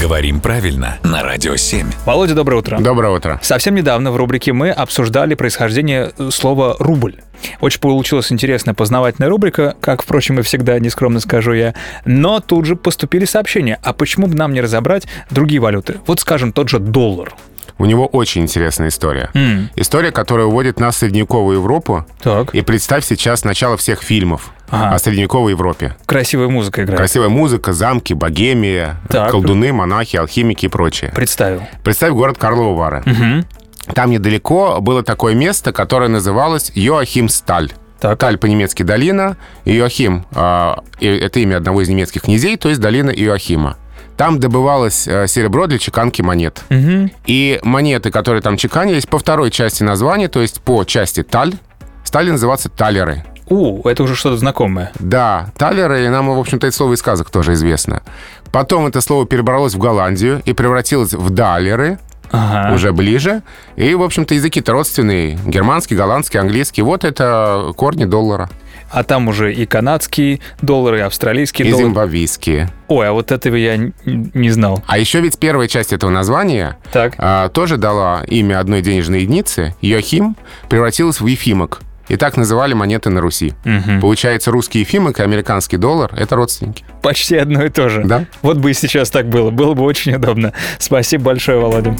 Говорим правильно на Радио 7. Володя, доброе утро. Доброе утро. Совсем недавно в рубрике мы обсуждали происхождение слова «рубль». Очень получилась интересная познавательная рубрика, как, впрочем, и всегда, нескромно скажу я. Но тут же поступили сообщения, а почему бы нам не разобрать другие валюты? Вот, скажем, тот же доллар. У него очень интересная история. М, История, которая уводит нас в средневековую Европу. Так, И представь сейчас начало всех фильмов Ага. о средневековой Европе. красивая музыка играет. Красивая музыка, замки, богемия, Так. колдуны, монахи, алхимики и прочее. Представил. Представь город Карловы Вары. Мгм. Там недалеко было такое место, которое называлось Йоахимсталь. Так. Таль по-немецки долина, Иоахим а, и это имя одного из немецких князей, то есть долина Иоахима. Там добывалось э, серебро для чеканки монет. Мгм. И монеты, которые там чеканились, по второй части названия, то есть по части таль, стали называться талеры. У, это уже что-то знакомое. Да, талеры, и нам, в общем-то, это слово из сказок тоже известно. Потом это слово перебралось в Голландию и превратилось в далеры, Ага. уже ближе. И, в общем-то, языки-то родственные. Германский, голландский, английский. Вот это корни доллара. А там уже и канадские доллары, и австралийские и доллары. зимбабвийские. Ой, а вот этого я н- не знал. А еще ведь первая часть этого названия Так. а, тоже дала имя одной денежной единицы. Йохим превратилась в ефимок. И так называли монеты на Руси. Мгм. Получается, русский ефимок и американский доллар — это родственники. Почти одно и то же. Да? Вот бы и сейчас так было. Было бы очень удобно. Спасибо большое, Володя.